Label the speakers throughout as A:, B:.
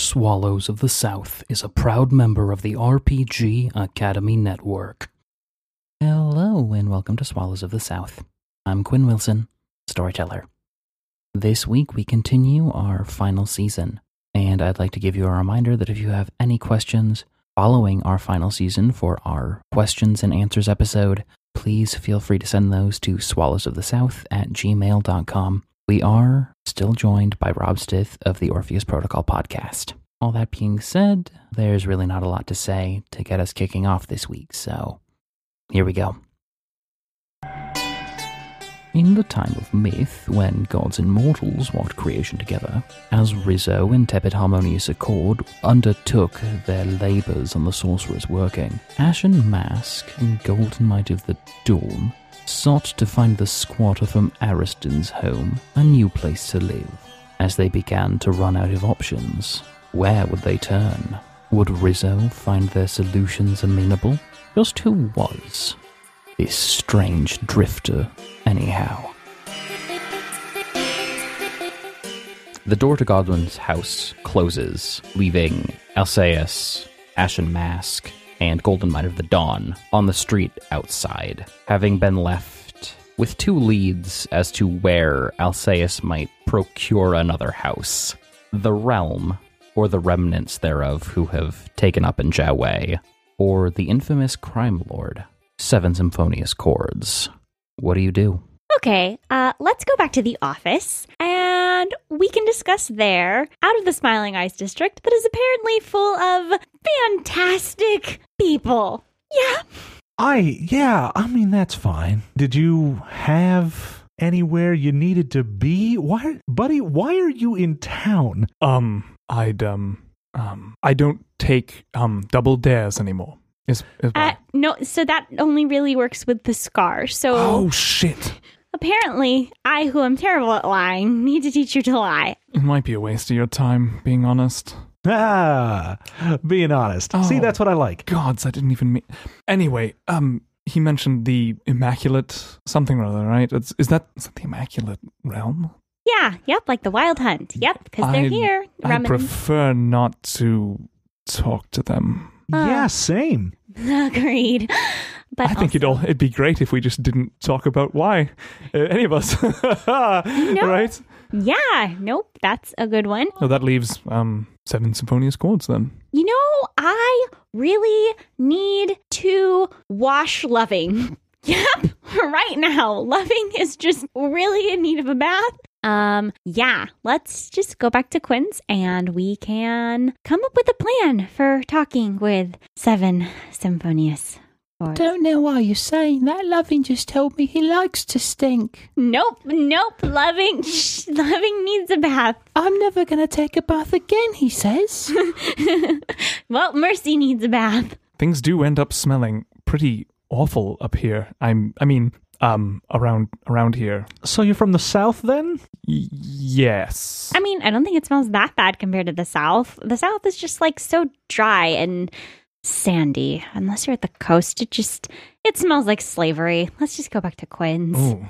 A: Swallows of the South is a proud member of the RPG Academy Network. Hello, and welcome to Swallows of the South. I'm Quinn Wilson, storyteller. This week we continue our final season, and I'd like to give you a reminder that if you have any questions following our final season for our questions and answers episode, please feel free to send those to swallowsofthesouth at gmail.com. We are still joined by Rob Stith of the Orpheus Protocol podcast. All that being said, there's really not a lot to say to get us kicking off this week, so here we go. In the time of myth, when gods and mortals walked creation together, as Rizzo in tepid harmonious accord undertook their labours on the sorcerer's working, Ashen Mask and Golden Knight of the Dawn sought to find the squatter from Ariston's home a new place to live. As they began to run out of options, where would they turn? Would Rizzo find their solutions amenable? Just who was this strange drifter, anyhow. The door to Godwin's house closes, leaving Alcaeus, Ashen Mask, and Golden Mine of the Dawn on the street outside, having been left with two leads as to where Alcaeus might procure another house. The realm, or the remnants thereof who have taken up in Jiawei, or the infamous crime lord, Seven Symphonious Chords. What do you do?
B: Okay, uh, let's go back to the office and we can discuss there, out of the Smiling Eyes district that is apparently full of fantastic people. Yeah.
C: I, yeah, I mean, that's fine. Did you have anywhere you needed to be? Why, buddy, why are you in town?
D: Um, I'd um, um, I don't take um double dares anymore. Is, is
B: Uh,
D: why.
B: no, so that only really works with the scar. So
C: Oh, shit.
B: apparently, I, who am terrible at lying, need to teach you to lie.
D: it might be a waste of your time. Being honest,
C: Ah, being honest. See,
D: Oh.
C: that's what I like.
D: gods, I didn't even mean. Anyway, um, he mentioned the immaculate something or other, right? It's, is that is that the immaculate realm?
B: Yeah, yep, like the wild hunt. Yep, because they're
D: I-
B: here.
D: I
B: Rummaging.
D: prefer not to talk to them.
C: yeah, same.
B: Agreed. But
D: I think it'd all, it'd be great if we just didn't talk about why, uh, any of us, right?
B: yeah, nope, that's a good one.
D: So that leaves um seven symphonious chords then.
B: You know, I really need to wash loving. Yep, right now. Loving is just really in need of a bath. Um, yeah, let's just go back to Quinn's and we can come up with a plan for talking with Seven Symphonious. Or-
E: Don't know why you're saying that. Loving just told me he likes to stink.
B: Nope, nope, loving, shh, loving needs a bath.
E: I'm never going to take a bath again, he says.
B: Well, Mercy needs a bath.
D: Things do end up smelling pretty awful up here. I'm I mean, um around around here.
C: So you're from the south then?
D: Y- yes.
B: I mean, I don't think it smells that bad compared to the South. The South is just like so dry and sandy. Unless you're at the coast, it just it smells like slavery. Let's just go back to Quinn's.
D: Ooh.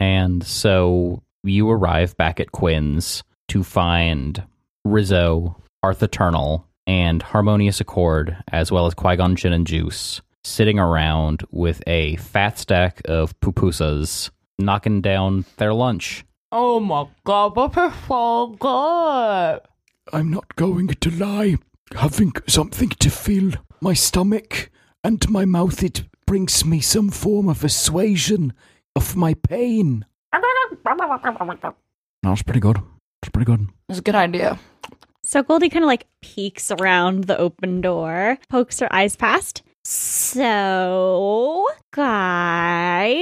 A: And so you arrive back at Quinn's to find Rizzo, Arth Eternal, and Harmonious Accord, as well as Qui Gon Jinn and Juice, sitting around with a fat stack of pupusas, knocking down their lunch.
F: Oh my god, what is so good?
G: I'm not going to lie. Having something to fill my stomach and my mouth, it brings me some form of assuasion of my pain. That was pretty good. It's pretty good.
F: It's a good idea.
B: So Goldie kind of like peeks around the open door, pokes her eyes past. So, guys,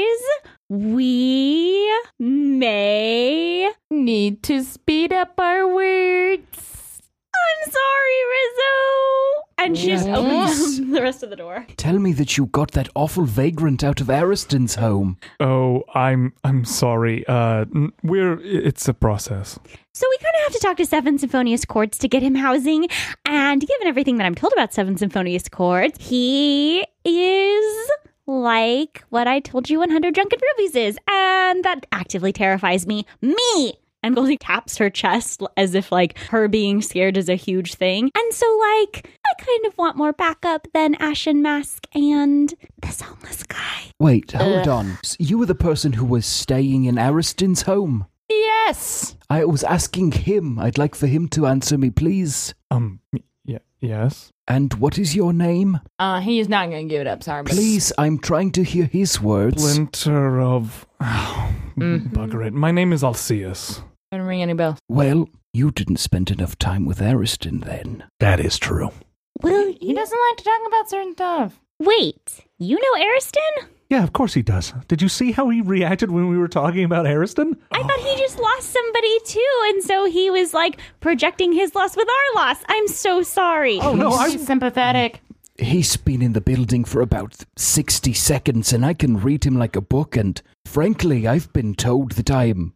B: we may
F: Need to speed up our words.
B: I'm sorry, Rizzo. And she just opens
G: Yes.
B: the rest of the door.
G: Tell me that you got that awful vagrant out of Ariston's home.
D: Oh, I'm I'm sorry. Uh n- we're it's a process.
B: So we kind of have to talk to Seven Symphonious Chords to get him housing. And given everything that I'm told about Seven Symphonious Chords, he is like what I told you 100 Drunken Rubies is. And that actively terrifies me. Me! And Goldie taps her chest as if like her being scared is a huge thing. And so like I kind of want more backup than Ashen Mask and this homeless guy.
G: Wait, hold on. S- You were the person who was staying in Ariston's home.
E: Yes.
G: I was asking him. I'd like for him to answer me, please.
D: Um, yeah, yes.
G: And what is your name?
E: Uh, he is not going to give it up. Sorry, but
G: Please, I'm trying to hear his words.
D: Splinter of.
G: Mm-hmm.
D: Bugger it. My name is Alcius.
E: Don't ring any bells.
G: Well, you didn't spend enough time with Ariston then.
C: That is true.
B: Will
E: He
B: you
E: doesn't like to talk about certain stuff.
B: wait? You know Ariston?
C: Yeah, of course he does. Did you see how he reacted when we were talking about Ariston?
B: I thought he just lost somebody too, and so he was like projecting his loss with our loss. I'm so sorry.
C: Oh no, I
E: He's sympathetic.
G: He's been in the building for about 60 seconds and I can read him like a book and frankly I've been told that I'm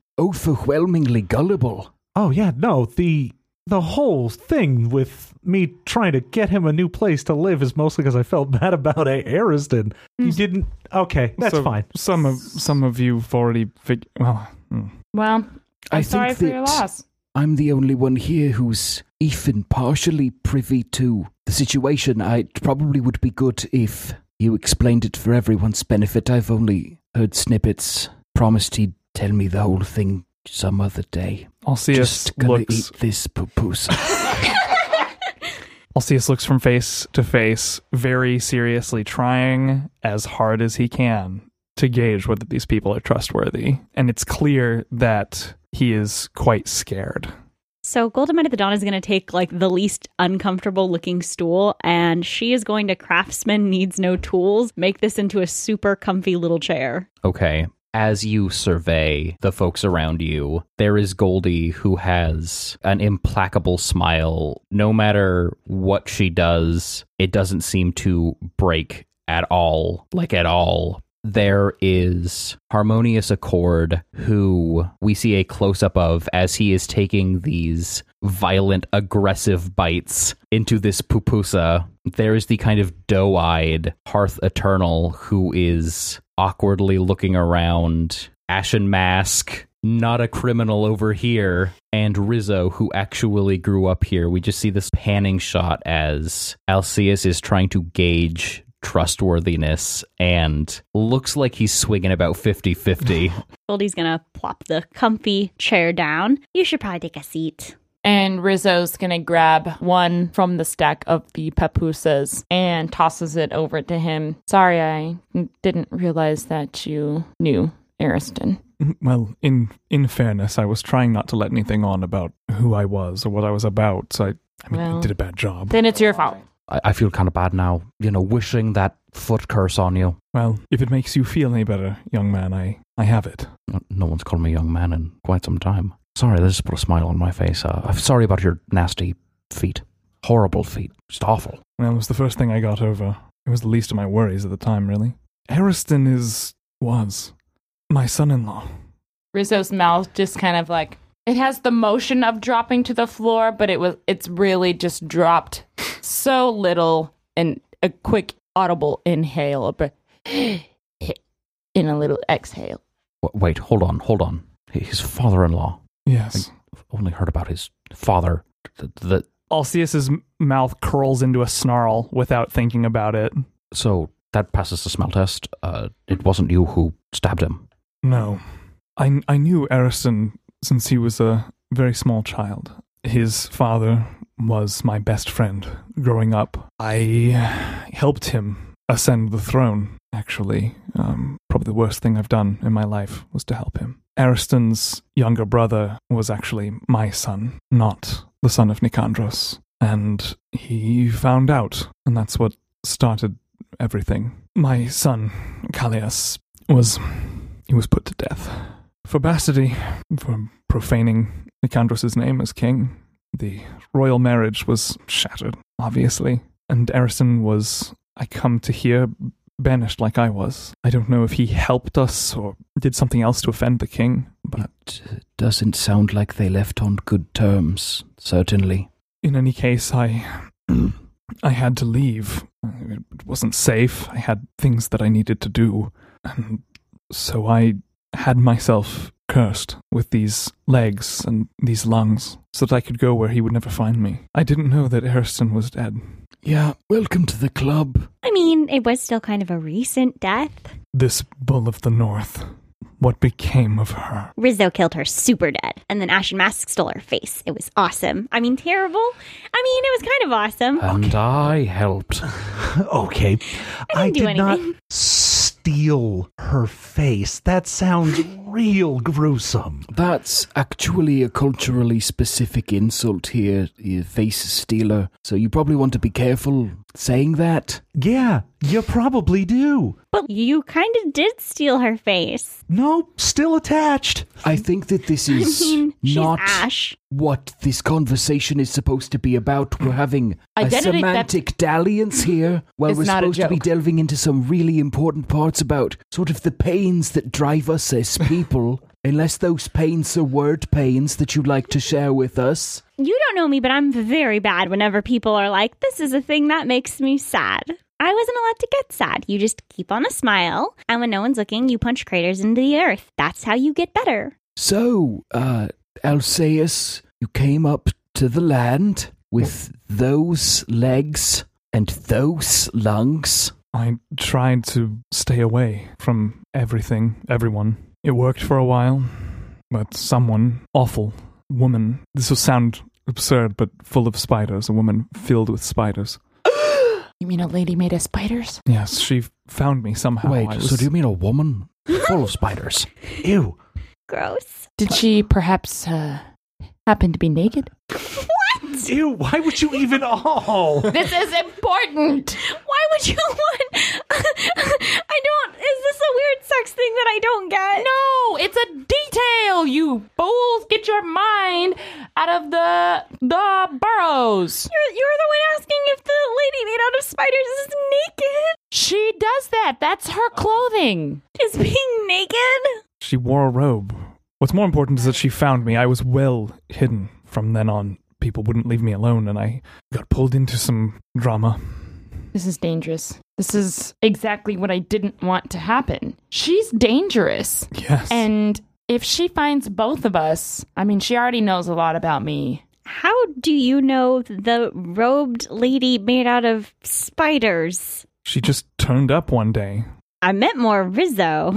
G: overwhelmingly gullible.
C: Oh yeah, no, the the whole thing with me trying to get him a new place to live is mostly because I felt bad about A- Ariston.
B: Mm.
C: You didn't Okay, that's
D: So
C: fine.
D: Some of some of you've already fig- well. hmm.
E: Well, I'm
G: I
E: sorry
G: think
E: for
G: that
E: your loss.
G: I'm the only one here who's even partially privy to the situation. I it probably would be good if you explained it for everyone's benefit. I've only heard snippets. Promised he'd tell me the whole thing some other day.
D: Alcius
G: Just gonna
D: looks.
G: eat this pupusa.
D: Alcius looks from face to face, very seriously, trying as hard as he can to gauge whether these people are trustworthy. And it's clear that he is quite scared.
B: So Golda Mead at the Dawn is going to take like the least uncomfortable looking stool, and she is going to craftsman needs no tools. Make this into a super comfy little chair.
A: Okay. As you survey the folks around you, there is Goldie who has an implacable smile. No matter what she does, it doesn't seem to break at all. Like, at all. There is Harmonious Accord, who we see a close up of as he is taking these violent, aggressive bites into this pupusa. There is the kind of doe eyed Hearth Eternal who is awkwardly looking around, Ashen Mask, not a criminal over here, and Rizzo, who actually grew up here. We just see this panning shot as Alcius is trying to gauge trustworthiness and looks like he's swinging about 50 50.
B: Goldie's going to plop the comfy chair down. You should probably take a seat.
E: And Rizzo's going to grab one from the stack of the papusas and tosses it over to him. Sorry, I didn't realize that you knew Ariston.
D: Well, in in fairness, I was trying not to let anything on about who I was or what I was about. So I, I mean, I
E: Well.
D: did a bad job.
E: Then it's your fault.
A: I, I feel kind of bad now, you know, wishing that foot curse on you.
D: Well, if it makes you feel any better, young man, I I have it.
A: No- No one's called me young man in quite some time. Sorry, this just put a smile on my face. Uh, I'm sorry about your nasty feet. Horrible feet. Just awful.
D: Well, it was the first thing I got over. It was the least of my worries at the time, really. Ariston is was my son-in-law.
E: Rizzo's mouth just kind of like it has the motion of dropping to the floor, but it was it's really just dropped so little and a quick audible inhale, but in a little exhale.
A: W- wait, hold on, hold on. H- His father in law.
D: Yes.
A: I've only heard about his father. The, the,
D: Alcius's m- mouth curls into a snarl without thinking about it.
A: so that passes the smell test. Uh, it wasn't you who stabbed him.
D: No. I, I knew Ariston since he was a very small child. His father was my best friend growing up. I helped him ascend the throne, actually. Um, probably the worst thing I've done in my life was to help him. Ariston's younger brother was actually my son, not the son of Nicandros. And he found out, and that's what started everything. My son, Callias, was he was put to death for bastardy, for profaning Nicandros' name as king. The royal marriage was shattered, obviously, and Erison was, I come to hear, banished like I was. I don't know if he helped us or did something else to offend the king, but
G: It uh, doesn't sound like they left on good terms, certainly.
D: in any case, I, I had to leave. It wasn't safe. I had things that I needed to do, and so I had myself cursed with these legs and these lungs so that I could go where he would never find me. I didn't know that Ariston was dead.
G: Yeah, welcome to the club.
B: I mean, it was still kind of a recent death.
D: This bull of the north. What became of her?
B: Rizzo killed her super dead, and then Ashen Mask stole her face. It was awesome. I mean, terrible. I mean, it was kind of awesome.
A: And I helped.
C: Okay. I,
B: do
C: did
B: anything.
C: not steal her face. That sounds real gruesome.
G: That's actually a culturally specific insult here, you face stealer. So you probably want to be careful saying that.
C: Yeah, you probably do.
B: But you kind of did steal her face.
C: No, still attached.
G: I think that this
B: I
G: is
B: mean, she's
G: not
B: Ash.
G: what this conversation is supposed to be about. We're having a
E: Identity- that's-
G: semantic dalliance here, while
E: It's
G: we're
E: not a
G: supposed to be
E: joke.
G: delving into some really important parts about sort of the pains that drive us as people. Unless those pains are word pains that you'd like to share with us.
B: You don't know me, but I'm very bad whenever people are like, this is a thing that makes me sad. I wasn't allowed to get sad. You just keep on a smile, and when no one's looking, you punch craters into the earth. That's how you get better.
G: So, uh, Alceus, you came up to the land with those legs and those lungs.
D: I tried to stay away from everything, everyone. It worked for a while, but someone awful, woman. This will sound absurd, but full of spiders, a woman filled with spiders.
E: You mean a lady made of spiders?
D: Yes, she found me somehow.
G: Wait,
D: I
G: so
D: was-
G: do you mean a woman?
A: Full of spiders.
C: Ew.
B: Gross.
E: Did she perhaps uh, happen to be naked?
B: What?
C: Ew, why would you even all?
E: This is important.
B: Why would you want? I don't. Is this a weird sex thing that I don't get?
E: No, it's a detail. You fools, get your mind out of the the burrows.
B: You're, you're the one asking if the lady made out of spiders is naked.
E: She does that. That's her clothing.
B: Is being naked?
D: She wore a robe. What's more important is that she found me. I was well hidden from then on. People wouldn't leave me alone, and I got pulled into some drama.
E: This is dangerous. This is exactly what I didn't want to happen. She's dangerous.
D: Yes.
E: And if she finds both of us, I mean, she already knows a lot about me.
B: How do you know the robed lady made out of spiders?
D: she just turned up one day.
B: I meant more Rizzo.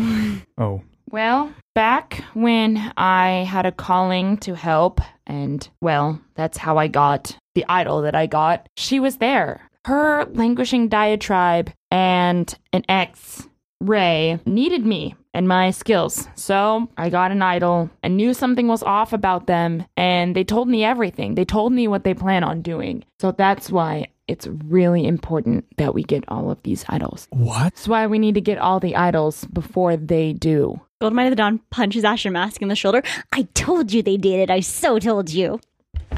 D: Oh,
E: Well, back when I had a calling to help, and well, that's how I got the idol that I got, she was there. Her languishing diatribe and an ex, Ray, needed me and my skills. So I got an idol and knew something was off about them, and they told me everything. They told me what they plan on doing. So that's why it's really important that we get all of these idols.
D: what?
E: That's why we need to get all the idols before they do.
B: Goldmine of the Dawn punches Ashen Mask in the shoulder. I told you they did it. I so told you.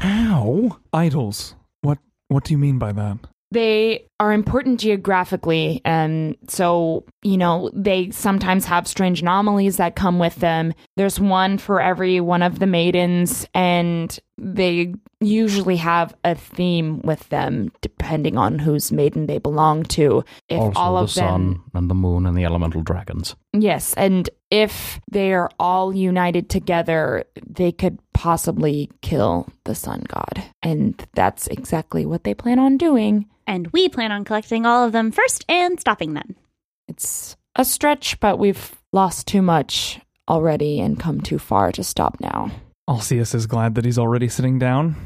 C: Ow.
D: Idols. What? What do you mean by that?
E: They are important geographically, and so, you know, they sometimes have strange anomalies that come with them. There's one for every one of the maidens, and they usually have a theme with them, depending on whose maiden they belong to. If
A: also,
E: all
A: the
E: of them.
A: sun and the moon and the elemental dragons.
E: Yes, and if they are all united together, they could possibly kill the sun god. And that's exactly what they plan on doing.
B: And we plan on collecting all of them first and stopping them.
E: It's a stretch, but we've lost too much already and come too far to stop now.
D: Alcius is glad that he's already sitting down.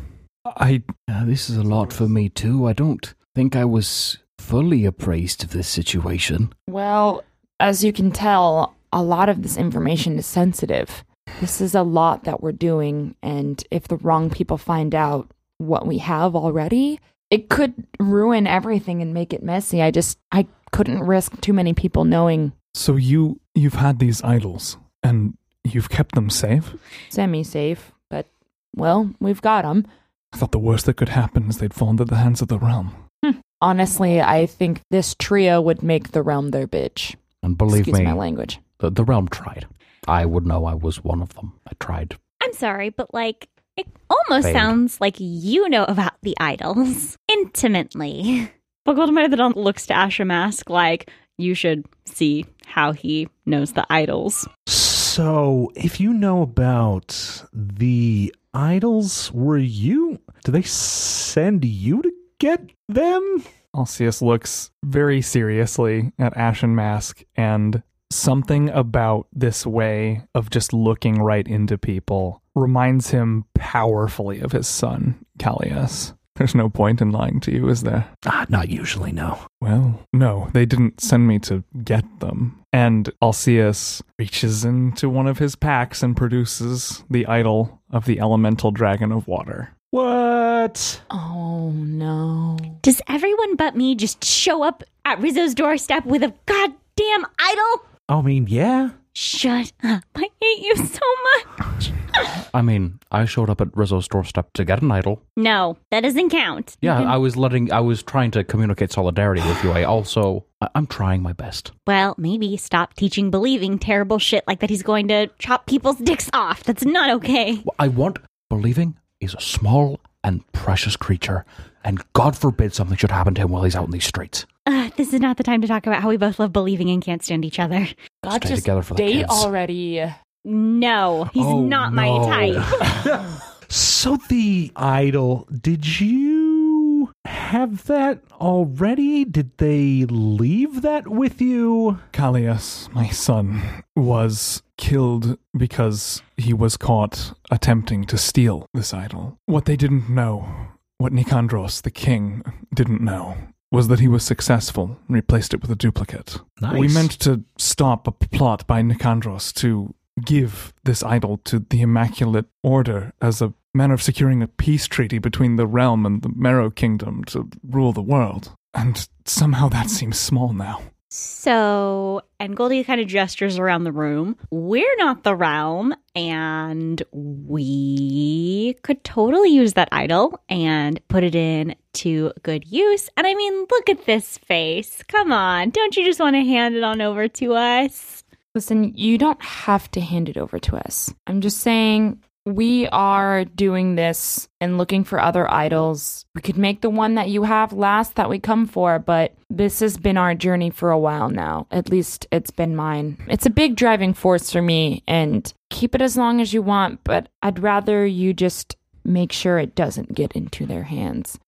D: I
G: Uh, this is a lot for me, too. I don't think I was fully appraised of this situation.
E: Well, as you can tell, a lot of this information is sensitive. This is a lot that we're doing, and if the wrong people find out what we have already, it could ruin everything and make it messy. I just I couldn't risk too many people knowing.
D: so you you've had these idols and you've kept them safe.
E: Semi safe, but well, we've got them.
D: I thought the worst that could happen is they'd fall into the hands of the realm.
E: Honestly, I think this trio would make the realm their bitch.
A: And believe
E: Excuse my
A: me,
E: language.
A: the, the realm tried. I would know I was one of them. I tried.
B: I'm sorry, but like it almost
A: Fade.
B: sounds like you know about the idols intimately. But Goldmine the Dawn looks to Ashamask like you should see how he knows the idols.
C: So, if you know about the idols, were you? Did they send you to get them?
D: Alcius looks very seriously at Ashen Mask, and something about this way of just looking right into people reminds him powerfully of his son, Callias. There's no point in lying to you, is there?
C: Ah, not usually, no.
D: Well, no, they didn't send me to get them. And Alcius reaches into one of his packs and produces the idol of the elemental dragon of water.
C: What?
E: Oh no.
B: Does everyone but me just show up at Rizzo's doorstep with a goddamn idol?
C: I mean, yeah.
B: Shut up. I hate you so much.
A: I mean, I showed up at Rizzo's doorstep to get an idol.
B: No, that doesn't count.
A: Yeah,
E: Mm-hmm.
A: I was letting, I was trying to communicate solidarity with you. I also, I, I'm trying my best.
B: Well, maybe stop teaching believing terrible shit like that he's going to chop people's dicks off. That's not okay.
A: What I want believing is a small and precious creature, and God forbid something should happen to him while he's out in these streets.
B: Ugh, Uh, this is not the time to talk about how we both love believing and can't stand each other.
E: God,
A: Stay
E: just
A: together for the
E: date
A: kids.
E: already.
B: No, he's
A: Oh,
B: not my
A: no.
B: type.
C: So, the idol, did you have that already? Did they leave that with you?
D: Callias, my son, was killed because he was caught attempting to steal this idol. What they didn't know, what Nicandros, the king, didn't know, was that he was successful and replaced it with a duplicate. We meant to stop a plot by Nicandros to give this idol to the Immaculate Order as a manner of securing a peace treaty between the realm and the Marrow Kingdom to rule the world. And somehow that seems small now.
B: So, and Goldie kind of gestures around the room. We're not the realm, and we could totally use that idol and put it in to good use. And I mean, look at this face. Come on, don't you just want to hand it on over to us?
E: Listen, you don't have to hand it over to us. I'm just saying we are doing this and looking for other idols. We could make the one that you have last that we come for, but this has been our journey for a while now. At least it's been mine. It's a big driving force for me, and keep it as long as you want, but I'd rather you just make sure it doesn't get into their hands.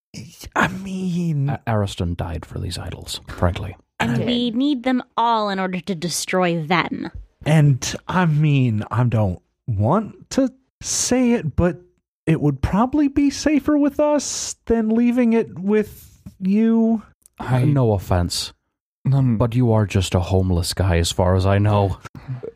C: I mean,
E: Mm.
A: A- Ariston died for these idols, frankly.
B: And we need them all in order to destroy them.
C: And I mean, I don't want to say it, but it would probably be safer with us than leaving it with you.
D: I
A: no offense,
D: None.
A: but you are just a homeless guy as far as I know.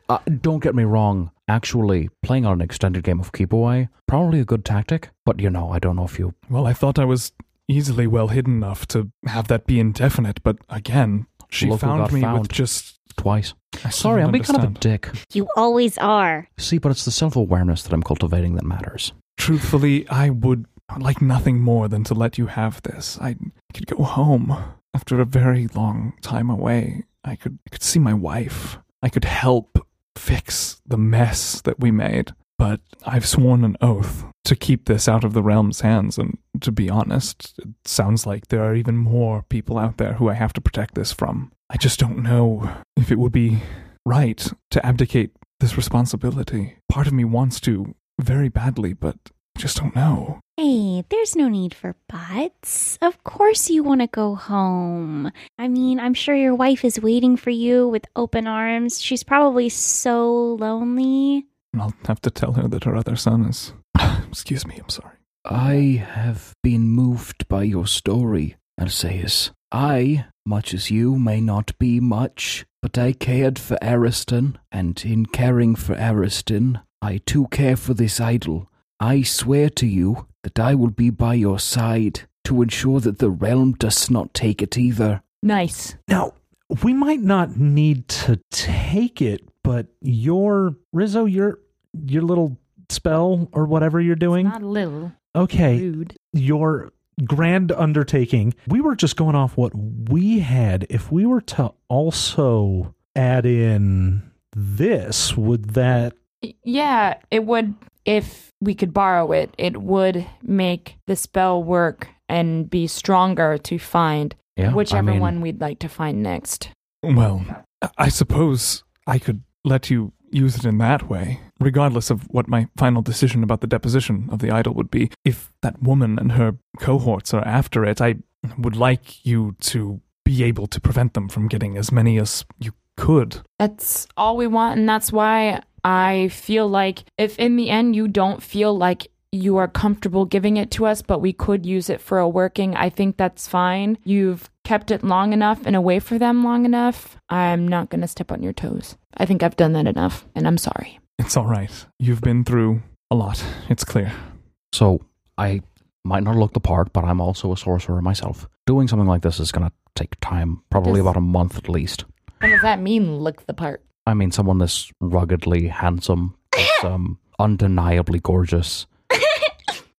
A: Uh, don't get me wrong. Actually, playing on an extended game of keep away, probably a good tactic, but you know, I don't know if you.
D: well, I thought I was easily well hidden enough to have that be indefinite, but again, she
A: Local
D: found
A: got
D: me with
A: found.
D: just.
A: Twice.
D: I still
A: Sorry,
D: don't
A: I'm being kind of a
D: understand.
A: dick.
B: You always are.
A: See, but it's the self awareness that I'm cultivating that matters.
D: Truthfully, I would like nothing more than to let you have this. I could go home after a very long time away. I could I could see my wife. I could help fix the mess that we made. But I've sworn an oath to keep this out of the realm's hands and to be honest, it sounds like there are even more people out there who I have to protect this from. I just don't know if it would be right to abdicate this responsibility. Part of me wants to very badly, but just don't know.
B: Hey, there's no need for buts. Of course you want to go home. I mean, I'm sure your wife is waiting for you with open arms. She's probably so lonely.
D: And I'll have to tell her that her other son is. Excuse me, I'm sorry.
G: I have been moved by your story, Alceus. I, much as you, may not be much, but I cared for Ariston, and in caring for Ariston, I too care for this idol. I swear to you that I will be by your side to ensure that the realm does not take it either.
E: Nice.
C: Now, we might not need to take it, but your Rizzo, your your little spell or whatever you're doing.
E: Not a little
C: Okay,
E: rude.
C: your grand undertaking. We were just going off what we had. If we were to also add in this, would that
E: Y- Yeah, it would if we could borrow it. It would make the spell work and be stronger to find
A: Yeah.
E: whichever
A: I mean,
E: one we'd like to find next.
D: Well, I suppose I could let you use it in that way, regardless of what my final decision about the deposition of the idol would be. If that woman and her cohorts are after it, I would like you to be able to prevent them from getting as many as you could.
E: That's all we want, and that's why I feel like if in the end you don't feel like you are comfortable giving it to us, but we could use it for a working, I think that's fine. You've kept it long enough and away from them long enough. I'm not going to step on your toes. I think I've done that enough, and I'm sorry.
D: It's all right. You've been through a lot. It's clear.
A: So I might not look the part, but I'm also a sorcerer myself. Doing something like this is going to take time, probably
E: Does-
A: about a month at least.
E: What does that mean, look the part?
A: I mean, someone this ruggedly handsome, this, um, undeniably gorgeous.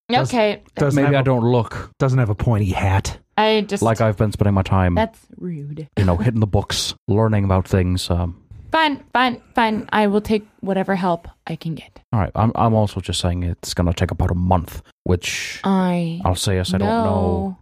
A: Does-
E: okay,
C: Doesn't
A: Maybe
C: have
A: I
C: a-
A: don't look
C: Doesn't have a pointy hat.
E: I just.
A: like um, I've been spending my time,
E: that's rude.
A: you know, hitting the books, learning about things. Um,
E: Fine, fine, fine. I will take whatever help I can get.
A: all right, I'm, I'm also just saying it's going to take about a month, which
E: Um, I.
A: I'll say yes, I don't know.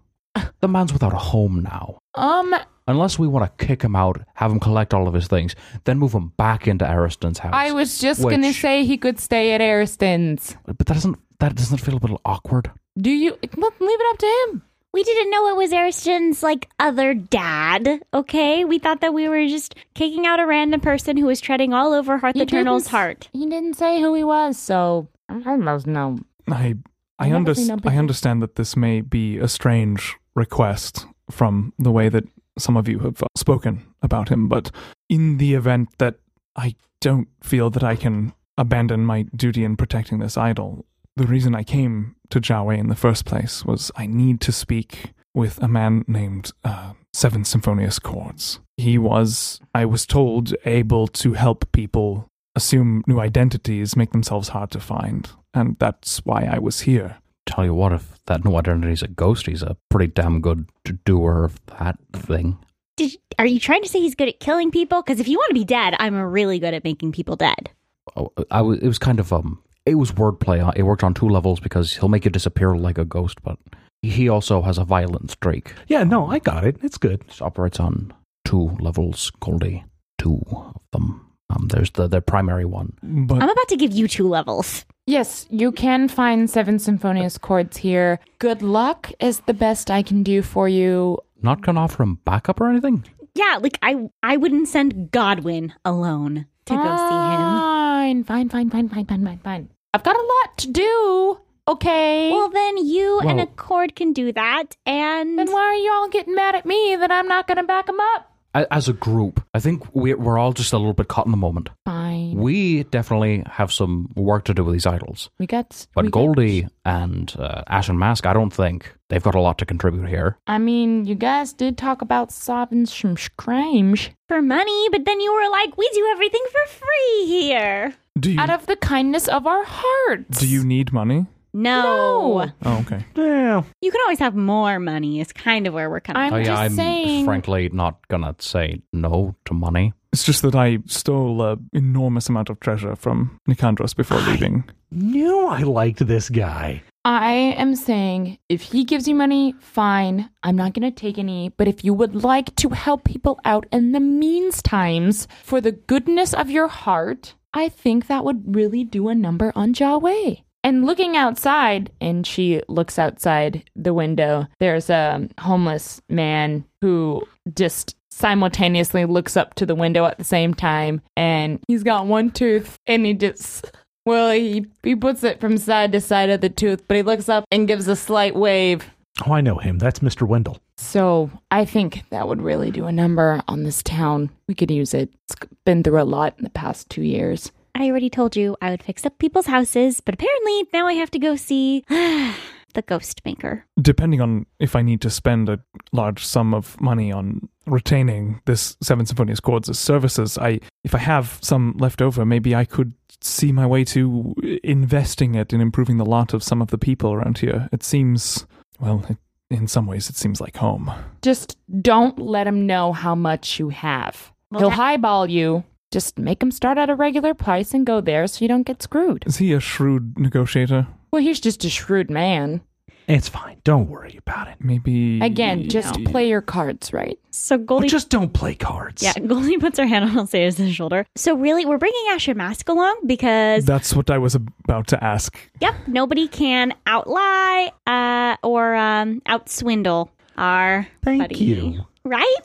A: The man's without a home now.
E: Um,
A: Unless we want to kick him out, have him collect all of his things, then move him back into Ariston's house.
E: I was just gonna
A: which-
E: say he could stay at Ariston's.
A: but that doesn't that doesn't feel a little awkward.
E: Do you? Well, leave it up to him.
B: We didn't know it was Ariston's like other dad. Okay, we thought that we were just kicking out a random person who was treading all over Hearth
E: You
B: Eternal's
E: didn't-
B: heart.
E: He didn't say who he was, so I almost know.
D: I I,
E: I never
D: underst-
E: seen no
D: I
E: picture.
D: understand that this may be a strange request from the way that some of you have uh, spoken about him, but in the event that I don't feel that I can abandon my duty in protecting this idol, the reason I came to Jiaowei in the first place was I need to speak with a man named uh, Seven Symphonious Chords. He was, I was told, able to help people assume new identities, make themselves hard to find. And that's why I was here.
A: Tell you what, if that new identity's a ghost, he's a pretty damn good d- doer of that thing.
B: Did, are you trying to say he's good at killing people? Because if you want to be dead, I'm really good at making people dead.
A: Oh, I was, it was kind of um, it was wordplay. Uh, It worked on two levels because he'll make you disappear like a ghost, but he also has a violent streak.
C: Yeah, no, I got it. It's good.
A: It operates on two levels, Goldie. Two of them. Um, there's the the primary one.
D: But
B: I'm about to give you two levels.
E: Yes, you can find seven symphonious chords here. Good luck is the best I can do for you.
A: Not gonna offer him backup or anything.
B: Yeah, like I I wouldn't send Godwin alone to go see him.
E: Fine, fine, fine, fine, fine, fine, fine, fine. I've got a lot to do. Okay.
B: Well, then you and
A: Well-
B: Accord can do that, and
E: then why are you all getting mad at me that I'm not gonna back him up?
A: A- As a group, I think we're, we're all just a little bit caught in the moment.
E: Fine.
A: We definitely have some work to do with these idols.
E: We got.
A: But
E: we got-
A: Goldie and uh, Ashen Mask, I don't think they've got a lot to contribute here.
E: I mean, you guys did talk about sobbing some crimes.
B: for money. But then you were like, we do everything for free here.
D: do you
E: Out of the kindness of our hearts.
D: do you need money?
B: No.
E: No.
D: Oh, okay.
C: Yeah.
B: You can always have more money, is kind of where we're coming
E: I'm
A: Oh, yeah,
E: just
A: I'm
E: saying.
A: frankly not gonna say no to money.
D: It's just that I stole an enormous amount of treasure from Nicandros before leaving.
C: Knew I liked this guy.
E: I am saying if he gives you money, fine. I'm not going to take any. But if you would like to help people out in the meanstimes for the goodness of your heart, I think that would really do a number on Jawei. And looking outside, and she looks outside the window, there's a homeless man who just simultaneously looks up to the window at the same time. And he's got one tooth and he just. Well, he, he puts it from side to side of the tooth, but he looks up and gives a slight wave.
C: Oh, I know him. That's Mr. Wendell.
E: So I think that would really do a number on this town. We could use it. It's been through a lot in the past two years.
B: I already told you I would fix up people's houses, but apparently now I have to go see the ghost maker.
D: Depending on if I need to spend a large sum of money on retaining this Seven Symphonious Chords as services, I if I have some left over, maybe I could see my way to investing it in improving the lot of some of the people around here. It seems well, it, in some ways it seems like home.
E: Just don't let him know how much you have.
B: Well,
E: He'll
B: that-
E: highball you. Just make him start at a regular price and go there so you don't get screwed.
D: Is he a shrewd negotiator?
E: Well, he's just a shrewd man.
C: It's fine. Don't worry about it.
D: Maybe
E: Again, just play your cards right.
B: So
C: But
B: Goldie
C: just don't play cards.
B: Yeah, Goldie puts her hand on Alcea's shoulder. So really, we're bringing Asher Mask along because
D: That's what I was about to ask.
B: yep, nobody can outlie uh, or um, outswindle our
C: Thank
B: buddy.
C: you.
B: Right?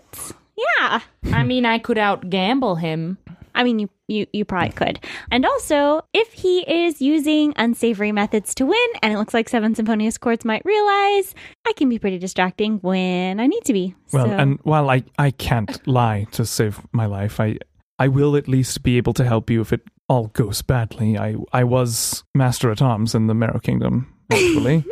B: Yeah.
E: I mean, I could out gamble him.
B: I mean, you, you you probably could. And also, if he is using unsavory methods to win, and it looks like Seven Symphonious Chords might realize, I can be pretty distracting when I need to be.
D: Well,
B: so,
D: and while I, I can't lie to save my life, I I will at least be able to help you if it all goes badly. I I was master at arms in the Marrow Kingdom, actually.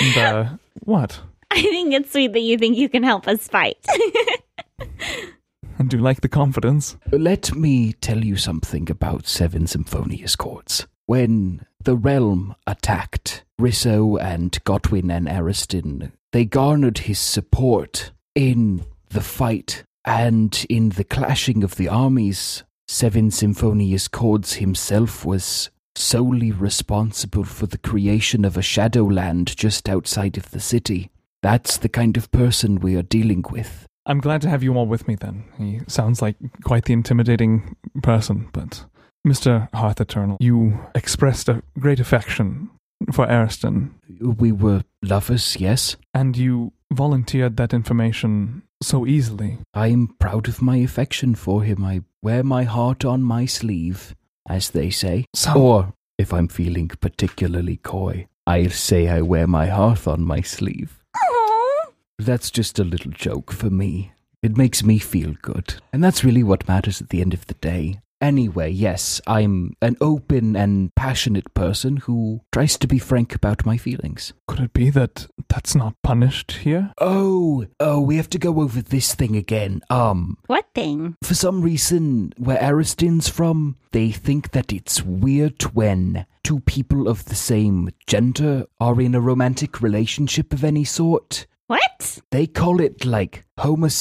D: and, uh, what?
B: I think it's sweet that you think you can help us fight.
D: I do like the confidence.
A: Let me tell you something about Seven Symphonious Chords. When the realm attacked Risso and Godwin and Ariston, they garnered his support in the fight and in the clashing of the armies. Seven Symphonious Chords himself was solely responsible for the creation of a shadowland just outside of the city. That's the kind of person we are dealing with.
D: I'm glad to have you all with me then. He sounds like quite the intimidating person, but Mr. Hearth Eternal, you expressed a great affection for Ariston,
A: We were lovers, yes?
D: and you volunteered that information so easily.
A: I'm proud of my affection for him. I wear my heart on my sleeve, as they say.
D: So
A: Or, if I'm feeling particularly coy, I'll say I wear my heart on my sleeve.
B: Aw.
A: That's just a little joke for me. It makes me feel good. And that's really what matters at the end of the day. Anyway, yes, I'm an open and passionate person who tries to be frank about my feelings.
D: Could it be that that's not punished here?
A: Oh, oh, we have to go over this thing again. Um,
B: what thing?
A: For some reason, where Ariston's from, they think that it's weird when two people of the same gender are in a romantic relationship of any sort.
B: What?
A: They call it like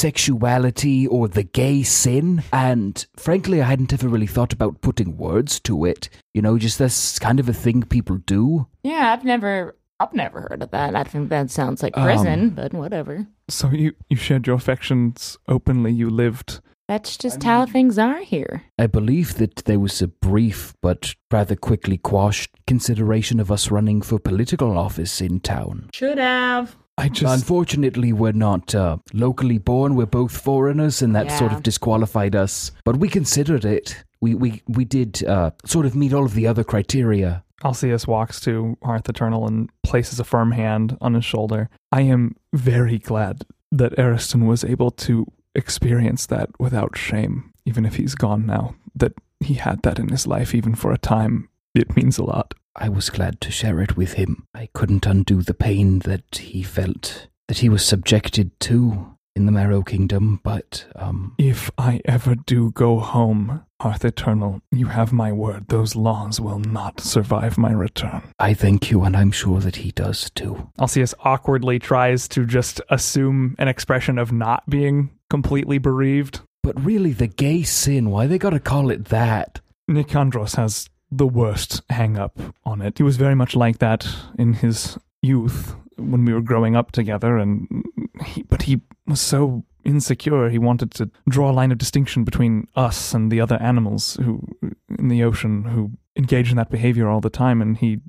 A: homosexuality or the gay sin. And frankly, I hadn't ever really thought about putting words to it. You know, just that's kind of a thing people do.
E: Yeah, I've never, I've never heard of that. I think that sounds like
A: Um,
E: prison, but whatever.
D: So you, you shared your affections openly, you lived.
E: That's just how things are here.
A: I believe that there was a brief but rather quickly quashed consideration of us running for political office in town.
E: Should have.
D: I just.
A: Unfortunately, we're not uh, locally born. We're both foreigners, and that
E: Yeah.
A: sort of disqualified us. But we considered it. We we we did uh, sort of meet all of the other criteria.
D: Alcius walks to Hearth Eternal and places a firm hand on his shoulder. I am very glad that Ariston was able to experience that without shame, even if he's gone now. That he had that in his life, even for a time, it means a lot.
A: I was glad to share it with him. I couldn't undo the pain that he felt that he was subjected to in the Marrow Kingdom, but um,
D: If I ever do go home, Hearth Eternal, you have my word. Those laws will not survive my return.
A: I thank you, and I'm sure that he does too.
D: Alcius awkwardly tries to just assume an expression of not being completely bereaved.
A: But really, the gay sin. Why they gotta call it that?
D: Nicandros has the worst hang up on it. He was very much like that in his youth when we were growing up together and he, but he was so insecure he wanted to draw a line of distinction between us and the other animals who in the ocean who engage in that behavior all the time and he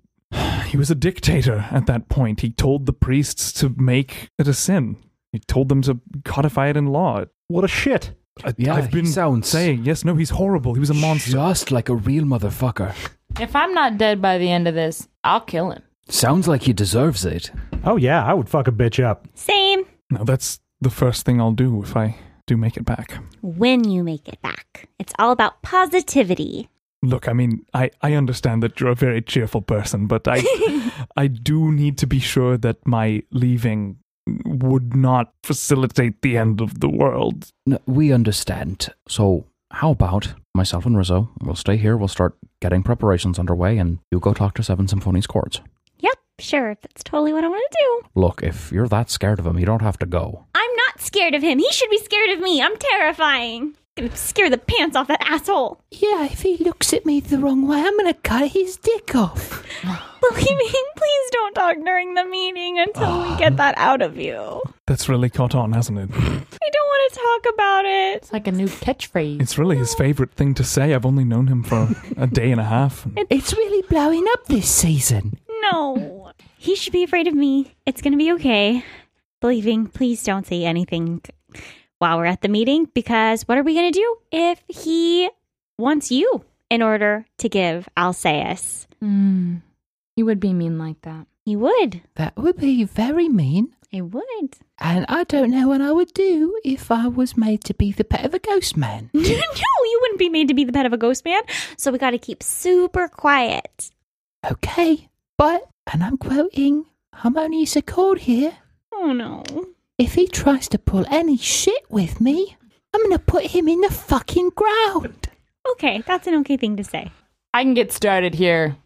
D: he was a dictator at that point. He told the priests to make it a sin. He told them to codify it in law.
C: What a shit.
D: I,
A: Yeah,
D: I've
A: he
D: been
A: sounds-
D: saying yes, no, he's horrible. He was a monster.
A: Just like a real motherfucker.
E: If I'm not dead by the end of this, I'll kill him.
A: Sounds like he deserves it.
C: Oh yeah, I would fuck a bitch up.
B: Same.
D: Now that's the first thing I'll do if I do make it back.
B: When you make it back, it's all about positivity.
D: Look, I mean, I, I understand that you're a very cheerful person, but I I do need to be sure that my leaving would not facilitate the end of the world.
A: No, we understand. So, how about myself and Rizzo? We'll stay here. We'll start getting preparations underway, and you go talk to Seven Symphonies Chords.
B: Yep, sure. That's totally what I want to do.
A: Look, if you're that scared of him, you don't have to go.
B: I'm not scared of him. He should be scared of me. I'm terrifying. Gonna scare the pants off that asshole.
H: Yeah, if he looks at me the wrong way, I'm going to cut his dick off.
B: believing. Please don't talk during the meeting until we get that out of you. I
D: That's really caught on, hasn't it?
B: don't want to talk about it.
E: It's like a new catchphrase.
D: It's really his favorite thing to say. I've only known him for a day and a half.
I: It's really blowing up this season.
B: No. He should be afraid of me. It's going to be okay. Believing, please don't say anything while we're at the meeting because what are we going to do if he wants you in order to give Alceus?
E: Mm. He would be mean like that.
B: He would.
I: That would be very mean.
B: He would.
I: And I don't know what I would do if I was made to be the pet of a ghost man.
B: no, you wouldn't be made to be the pet of a ghost man. So we got to keep super quiet.
I: Okay, but, and I'm quoting Harmonious Accord here,
B: Oh no.
I: if he tries to pull any shit with me, I'm gonna put him in the fucking ground.
B: Okay, that's an okay thing to say.
E: I can get started here.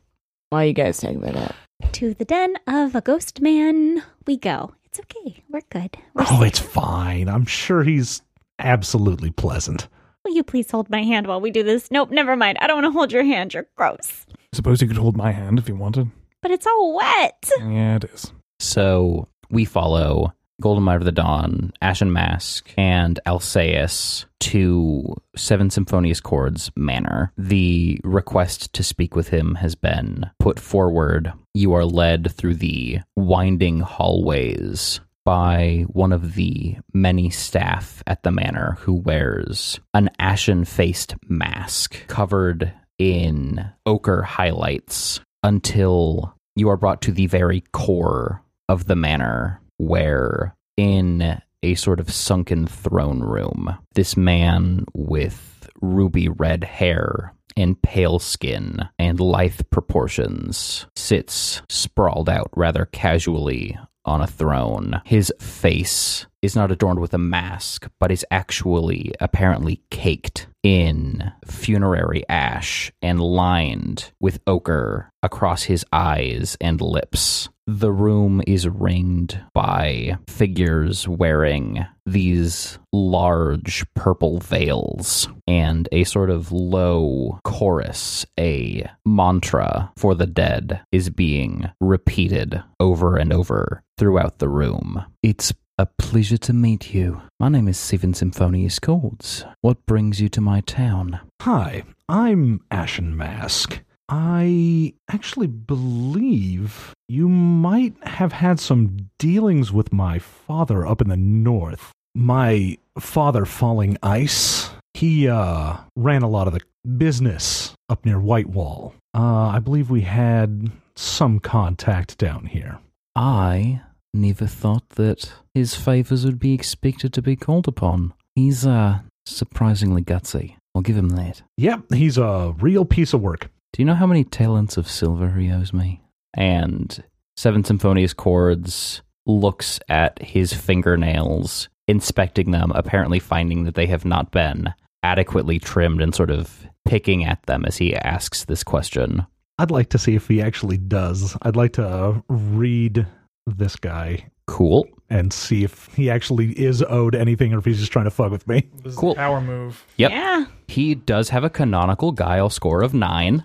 E: Why are you guys talking about that?
B: To the den of a ghost man we go. It's okay. We're good. We're
C: Oh,
B: safe.
C: it's fine. I'm sure he's absolutely pleasant.
B: Will you please hold my hand while we do this? Nope, never mind. I don't want to hold your hand. You're gross.
D: Suppose you could hold my hand if you wanted.
B: But it's all wet.
D: Yeah, it is.
A: So we follow Golden Might of the Dawn, Ashen Mask, and Alceus to Seven Symphonious Chords Manor. The request to speak with him has been put forward. You are led through the winding hallways by one of the many staff at the manor who wears an ashen faced mask covered in ochre highlights until you are brought to the very core of the manor, where in a sort of sunken throne room, this man with ruby red hair and pale skin and lithe proportions sits sprawled out rather casually on a throne. His face is not adorned with a mask, but is actually apparently caked in funerary ash and lined with ochre across his eyes and lips. The room is ringed by figures wearing these large purple veils and a sort of low chorus, a mantra for the dead is being repeated over and over throughout the room. It's a pleasure to meet you. My name is Seven Symphonious Chords. What brings you to my town?
C: Hi, I'm Ashen Mask. I actually believe you might have had some dealings with my father up in the north. My father falling ice. He uh ran a lot of the business up near Whitewall. Uh I believe we had some contact down here.
A: I never thought that his favors would be expected to be called upon. He's, uh, surprisingly gutsy. I'll give him that.
C: Yep, he's a real piece of work.
A: Do you know how many talents of silver he owes me? And Seven Symphonious Chords looks at his fingernails, inspecting them, apparently finding that they have not been adequately trimmed and sort of picking at them as he asks this question.
C: I'd like to see if he actually does. I'd like to uh, read this guy
A: Cool.
C: and see if he actually is owed anything or if he's just trying to fuck with me.
D: This
A: the Cool.
D: power move.
A: Yep.
B: Yeah.
A: He does have a canonical guile score of nine.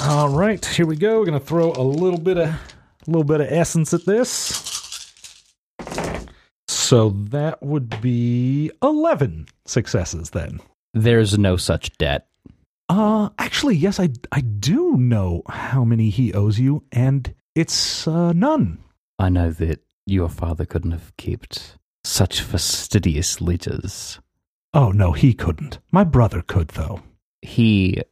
C: All right, here we go. We're gonna throw a little bit of a little bit of essence at this. So that would be eleven successes then.
A: There's no such debt.
C: Uh actually, yes, I I do know how many he owes you, and it's uh, none.
A: I know that your father couldn't have kept such fastidious ledgers.
C: Oh no, he couldn't. My brother could though.
A: He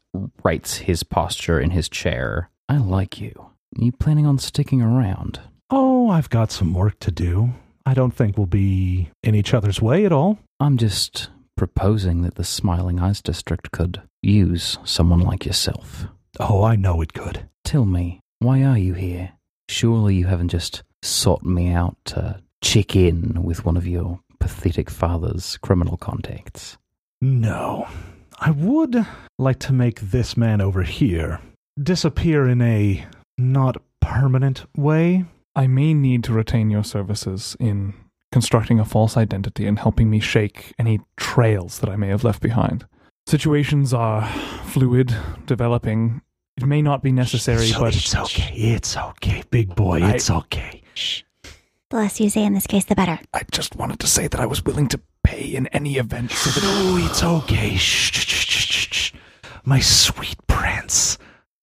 A: writes his posture in his chair. I like you. You planning on sticking around?
C: Oh, I've got some work to do. I don't think we'll be in each other's way at all.
A: I'm just proposing that the Smiling Eyes District could use someone like yourself.
C: Oh, I know it could.
A: Tell me, why are you here? Surely you haven't just sought me out to check in with one of your pathetic father's criminal contacts.
C: No. I would like to make this man over here disappear in a not permanent way.
D: I may need to retain your services in constructing a false identity and helping me shake any trails that I may have left behind. Situations are fluid, developing. It may not be necessary,
C: So
D: but
C: it's okay. It's okay, big boy.
D: I-
C: It's okay.
B: The less you say in this case, the better.
D: I just wanted to say that I was willing to pay in any event. So that
C: No, it's okay. Shh, shh, shh, shh, shh. My sweet prince.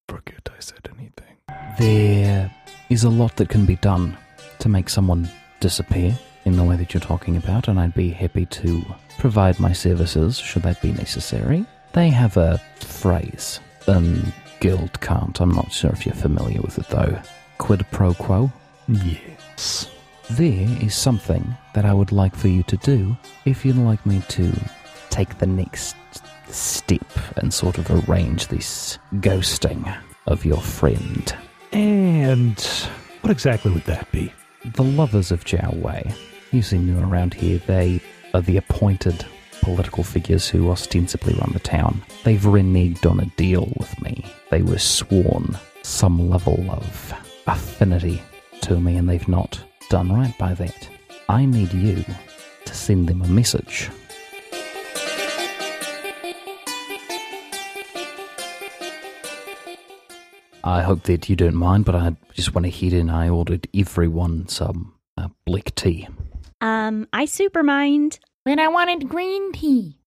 D: forget I said anything.
J: There is a lot that can be done to make someone disappear in the way that you're talking about, and I'd be happy to provide my services should that be necessary. They have a phrase in Guild Cant. I'm not sure if you're familiar with it though. Quid pro quo.
C: Yes.
J: There is something that I would like for you to do if you'd like me to take the next step and sort of arrange this ghosting of your friend.
C: And what exactly would that be?
J: The lovers of Jiao Wei, you seem new around here, they are the appointed political figures who ostensibly run the town. They've reneged on a deal with me. They were sworn some level of affinity to me, and they've not done right by that. I need you to send them a message. I hope that you don't mind, but I just want to head in. I ordered everyone some uh, black tea.
B: Um, I super mind.
E: And I wanted green tea.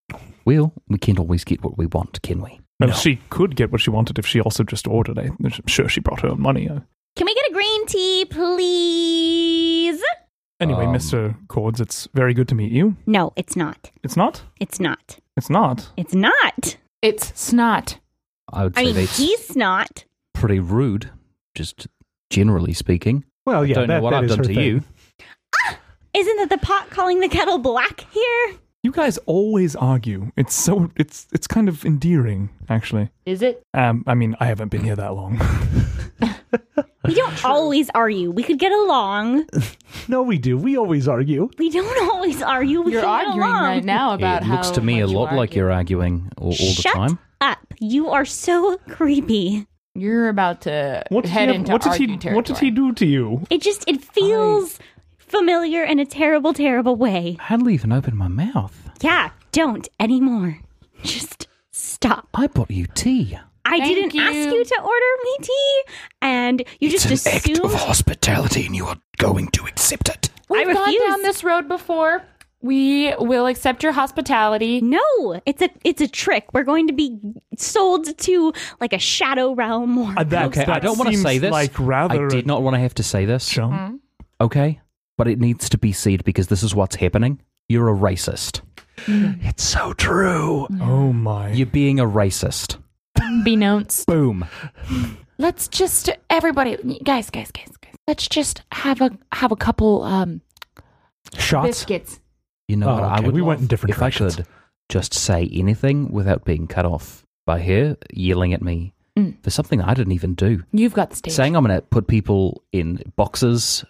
J: Well, we can't always get what we want, can we?
D: Well, Oh, she could get what she wanted if she also just ordered it. I'm sure she brought her own money. uh,
B: Can we get a green tea, please?
D: Anyway,
A: Um,
D: Mr. Cords, it's very good to meet you.
B: No, it's not.
D: It's not?
B: It's not.
D: It's not.
B: It's not.
E: It's snot.
J: I would say
B: I mean,
J: that's
B: he's not.
J: pretty rude, just generally speaking.
C: Well, yeah,
A: don't know
C: that-
A: what I've
C: that is
A: done to
C: her thing.
A: you.
B: Isn't that the pot calling the kettle black here?
D: You guys always argue. It's so it's it's kind of endearing, actually.
E: Is it?
D: Um, I mean, I haven't been here that long.
B: We don't always argue. We could get along.
C: No, we do. We always argue.
B: We don't always argue. We
E: You're
B: can get
E: arguing
B: along.
E: right now about
A: it
E: how.
A: looks to me a
E: much you
A: lot like
E: argue.
A: you're arguing all, all the
B: Shut
A: time.
B: up. You are so creepy.
E: You're about to
D: What did,
E: head
D: he, have-
E: into
D: what, did he,
E: arguing
D: what did he
E: territory.
D: do to you?
B: It just it feels familiar in a terrible, terrible way.
J: I hardly even opened my mouth.
B: Yeah, don't anymore. Just stop.
J: I bought you tea.
B: I
E: Thank
B: didn't ask
E: you.
B: you to order me tea, and you just assumed
G: hospitality, and you are going to accept it.
E: We've
B: I
E: gone
B: refuse.
E: down this road before. We will accept your hospitality.
B: No, it's a it's a trick. We're going to be sold to like a shadow realm or
D: Uh, that-
A: Okay,
D: that
A: I don't want to
D: seems
A: say this.
D: Like rather
A: I did not want to have to say this.
D: Sure.
E: Mm-hmm.
A: Okay, but it needs to be said because this is what's happening. You're a racist.
C: It's so true.
D: Oh my.
A: You're being a racist.
E: Unbeknownst.
A: Boom.
E: Let's just everybody guys, guys, guys, guys. Let's just have a have a couple um
A: Shots.
E: biscuits.
A: You know
C: Oh,
A: what? I
C: okay,
A: would.
C: we
A: love
C: went in different
A: if
C: directions.
A: I could just say anything without being cut off by her yelling at me
E: Mm.
A: for something I didn't even do.
E: You've got the stage.
A: Saying I'm going to put people in boxes,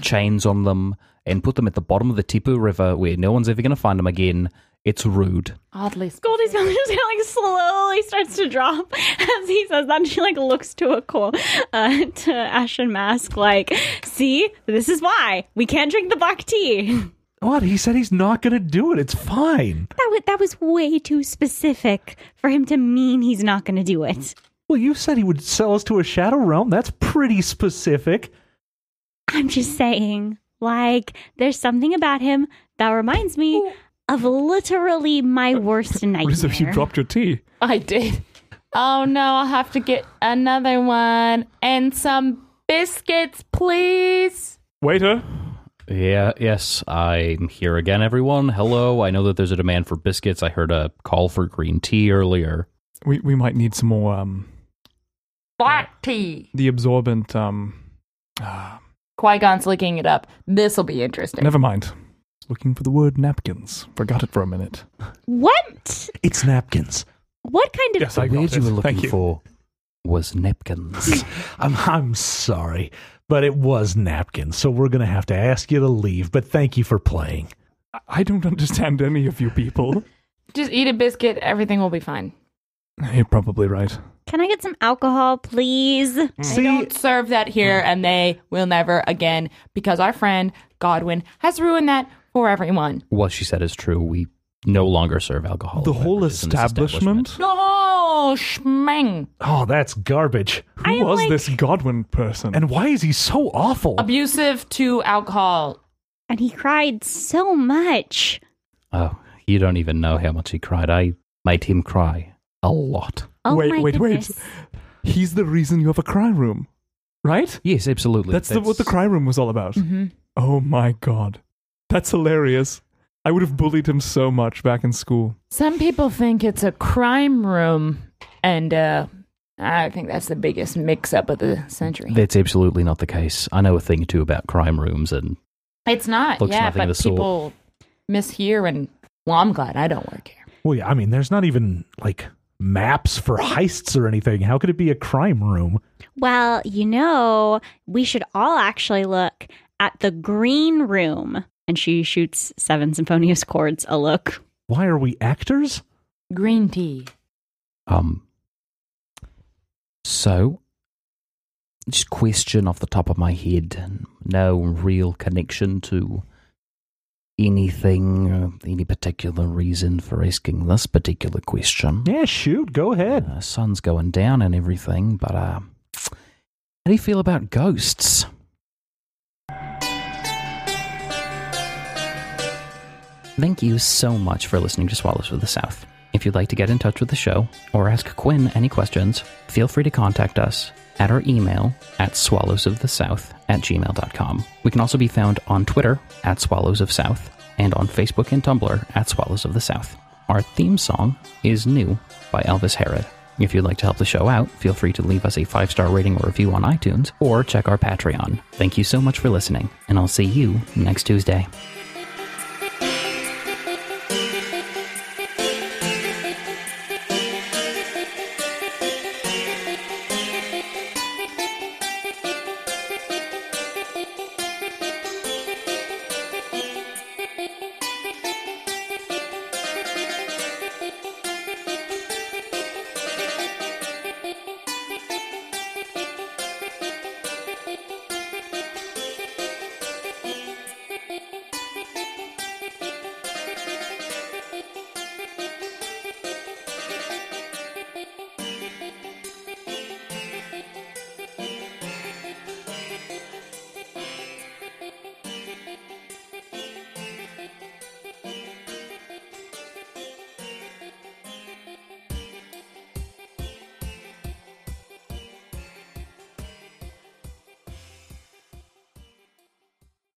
A: chains on them, and put them at the bottom of the Tipu River where no one's ever going to find them again. It's rude.
E: Oddly sp-
B: Goldie's gonna just kinda, like slowly starts to drop as he says that. And she like looks to a cool uh, to Ashen Mask, like, see, this is why we can't drink the black tea.
C: What? He said he's not going to do it. It's fine.
B: That was that was way too specific for him to mean he's not gonna do it.
C: Well, you said he would sell us to a shadow realm. That's pretty specific.
B: I'm just saying, like, there's something about him that reminds me of literally my worst nightmare.
D: Uh, What is if you dropped your tea?
E: I did. Oh no, I'll have to get another one and some biscuits, please.
D: Waiter,
A: Yeah, yes, I'm here again, everyone. Hello. I know that there's a demand for biscuits. I heard a call for green tea earlier.
D: we, we might need some more um
E: Black tea.
D: the absorbent um ah,
E: Qui Gon's looking it up. This'll be interesting.
D: never mind. Looking for the word napkins. Forgot it for a minute.
B: what?
C: It's napkins.
B: What kind of
D: Yes, I
A: The word
D: got
A: you were
D: it.
A: looking
D: Thank you.
A: for was napkins.
C: I'm, I'm sorry, but it was napkins. So we're going to have to ask you to leave. But thank you for playing.
D: I- I don't understand any of you people.
E: Just eat a biscuit, everything will be fine.
D: You're probably right.
B: Can I get some alcohol, please?
E: They
C: See,
E: don't serve that here, and they will never again because our friend Godwin has ruined that for everyone.
A: what she said is true. We no longer serve alcohol.
D: The whole
A: beverages in this
D: establishment?
E: No, Oh, schmeng.
C: Oh, that's garbage.
D: Who
B: am
D: was
B: like-
D: this Godwin person?
C: And why is he so awful?
E: Abusive to alcohol.
B: And he cried so much.
A: Oh, you don't even know how much he cried. I made him cry a lot.
B: Oh
D: Wait,
B: my
D: wait, wait.
B: goodness.
D: he's the reason you have a cry room, right?
A: Yes, absolutely.
D: That's, the, what the cry room was all about.
E: Mm-hmm.
D: Oh my god. That's hilarious. I would have bullied him so much back in school.
E: Some people think it's a crime room, and uh, I think that's the biggest mix up of the century.
A: That's absolutely not the case. I know a thing or two about crime rooms, and
E: it's not,
A: Looks
E: yeah,
A: nothing of
E: but
A: the sort.
E: people mishear, and well, I'm glad I don't work here.
C: Well, yeah, I mean, there's not even like maps for heists or anything. How could it be a crime room?
B: Well, you know, we should all actually look at the green room. And she shoots seven symphonious chords a look.
C: Why are we actors?
E: Green tea.
A: um. So, just question off the top of my head, no real connection to anything, uh, any particular reason for asking this particular question.
C: Yeah, shoot, go ahead.
A: Uh, sun's going down and everything, but uh, how do you feel about ghosts? Thank you so much for listening to Swallows of the South. If you'd like to get in touch with the show or ask Quinn any questions, feel free to contact us at our email at swallowsofthesouth at gmail.com. We can also be found on Twitter at Swallows of South and on Facebook and Tumblr at Swallows of the South. Our theme song is New by Elvis Herod. If you'd like to help the show out, feel free to leave us a five star rating or review on iTunes or check our Patreon. Thank you so much for listening, and I'll see you next Tuesday.
I: Thank